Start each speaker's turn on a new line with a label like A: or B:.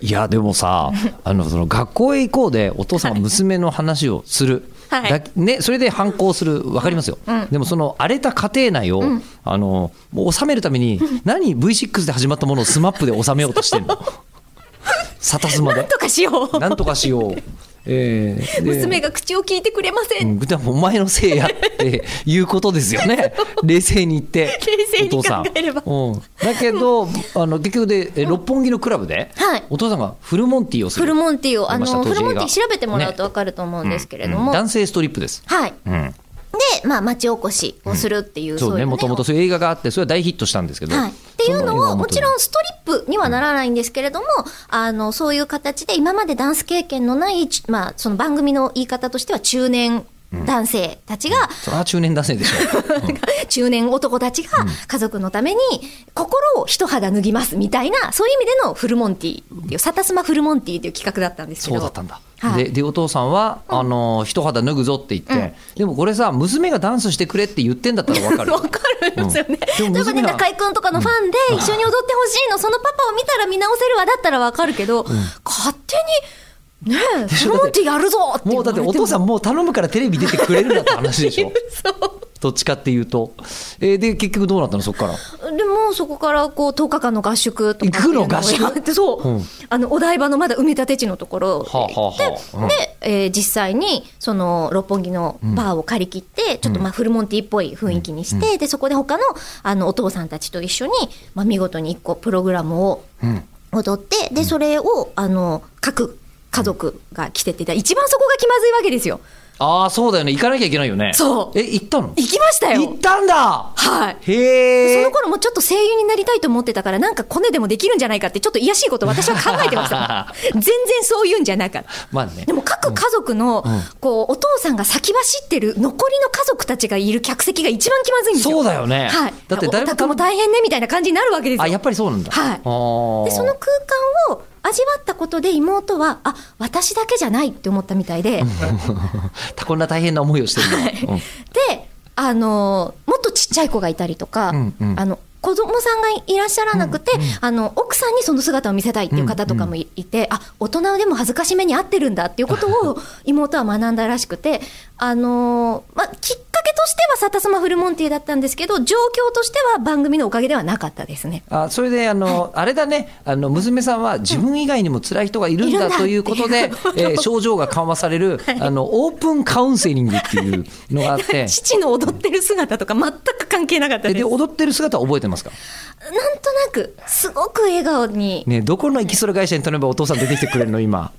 A: いやでも さあのその学校へ行こうでお父さんは娘の話をする、
B: はい
A: だね、それで反抗する分かりますよ、でもその荒れた家庭内を、あのもう収めるために何 V6 で始まったものを SMAP で収めようとしてん のサタスマで
B: とかしよう
A: なんとかしよう、えーで
B: 娘が口を聞いてくれませ、
A: うんん、でもお前のせいや っていうことですよね冷静に言って
B: 冷静に考えれば
A: お父さん、うん、だけどあの結局でえ六本木のクラブで、
B: はい
A: お父さんがフルモンティをす
B: フ
A: る
B: ルモンティをあ
A: 出ました
B: の
A: 当
B: フ
A: 時
B: ルモンティ
A: 映
B: 調
A: 画
B: べてもらうと
A: ね
B: わかると思うんですけれど
A: うん
B: も、
A: 男性ストリップです、
B: はい
A: うん、
B: で、まあ、町おこしをするっていう、
A: そうねもともと
B: は
A: そういう映画があってそれは大ヒットしたんですけど、
B: い、っていうの
A: そ映画
B: を
A: を
B: も
A: 元に
B: ちろんストリップにはならないんですけれども、あのそういう形で今までダンス経験のない、まあ、その番組の言い方としては中年男性たちが、
A: それは中年男性でし ょ
B: 中年男たちが家族のために心を一肌脱ぎますみたいな、そういう意味でのフルモンティっていう、サタスマフルモンティっていう企画だったんですけ
A: そ
B: ど。
A: うだったんだ、
B: はい
A: ででお父さんは、あの一肌脱ぐぞって言って、でもこれさ娘がダンスしてくれって言ってんだったら分かるよ
B: わかるんですよね。
A: うんでも
B: だからね、
A: 娘が
B: 中居君とかのファンで一緒に踊ってほしいの、そのパパを見たら見直せるわだったらわかるけど、勝手に、ねえ、フ
A: しょ
B: ルモンティやるぞって言
A: もう
B: わ
A: だ
B: れ
A: って
B: ても
A: お父 さんもう頼むからテレビ出てくれるなって話でしょどっちかっていうと、えーで結局どうなったのそっから
B: でもうそこからこう10日間の合宿とか
A: 行くの合宿
B: やって そう、
A: うん
B: あのお台場のまだ埋め立て地のところで行って、
A: はあはあはあ
B: で、えー実際にその六本木のバーを借り切って、ちょっとまあフルモンティっぽい雰囲気にして、でそこで他のあのお父さんたちと一緒に、まあ、見事に一個プログラムを踊って、でそれをあの各家族が来てて一番そこが気まずいわけですよ
A: ああそうだよね行かなきゃいけないよね
B: そう
A: え行ったの
B: 行きましたよ
A: 行ったんだ
B: はい
A: へ
B: その
A: え
B: 頃もちょっと声優になりたいと思ってたから、なんかコネでもできるんじゃないかって、ちょっと癒やしいこと私は考えてました。 全然そういうんじゃなかった。
A: まあね
B: でも各家族の、こう、お父さんが先走ってる残りの家族たちがいる客席が一番気まずいんですよ。
A: そうだよね
B: はい。
A: だって誰も
B: お宅も大変ね、みたいな感じになるわけですよ。
A: あやっぱりそうなんだあ
B: はい
A: ー
B: でそ の空間を味わったことで妹は、あ、私だけじゃないって思ったみたいで、
A: こんな大変な思いをしてるんだ、うん
B: で、あのーもっとちっちゃい子がいたりとか、
A: うんうん
B: あの子供さんがいらっしゃらなくて、あの奥さんにその姿を見せたいっていう方とかもいいて、あ大人でも恥ずかしめに合ってるんだっていうこと を妹は学んだらしくて、あのーまあ、きっかけとしてはサタスマフルモンティだったんですけど状況としては番組のおかげではなかったですね。
A: あそれであの、あれだねあの娘さんは自分以外にも辛い人がいるん
B: いる
A: だ
B: んだ
A: ということで、えー 症状が緩和される、あのオープンカウンセリングっていうのがあっ て
B: 父の踊ってる姿とか全く関係なかった
A: えで
B: です。なんと
A: 踊ってる姿は覚えてますか
B: なくすごく笑顔に
A: ねえどこのエキストラ会社に頼めばお父さん出てきてくれるの今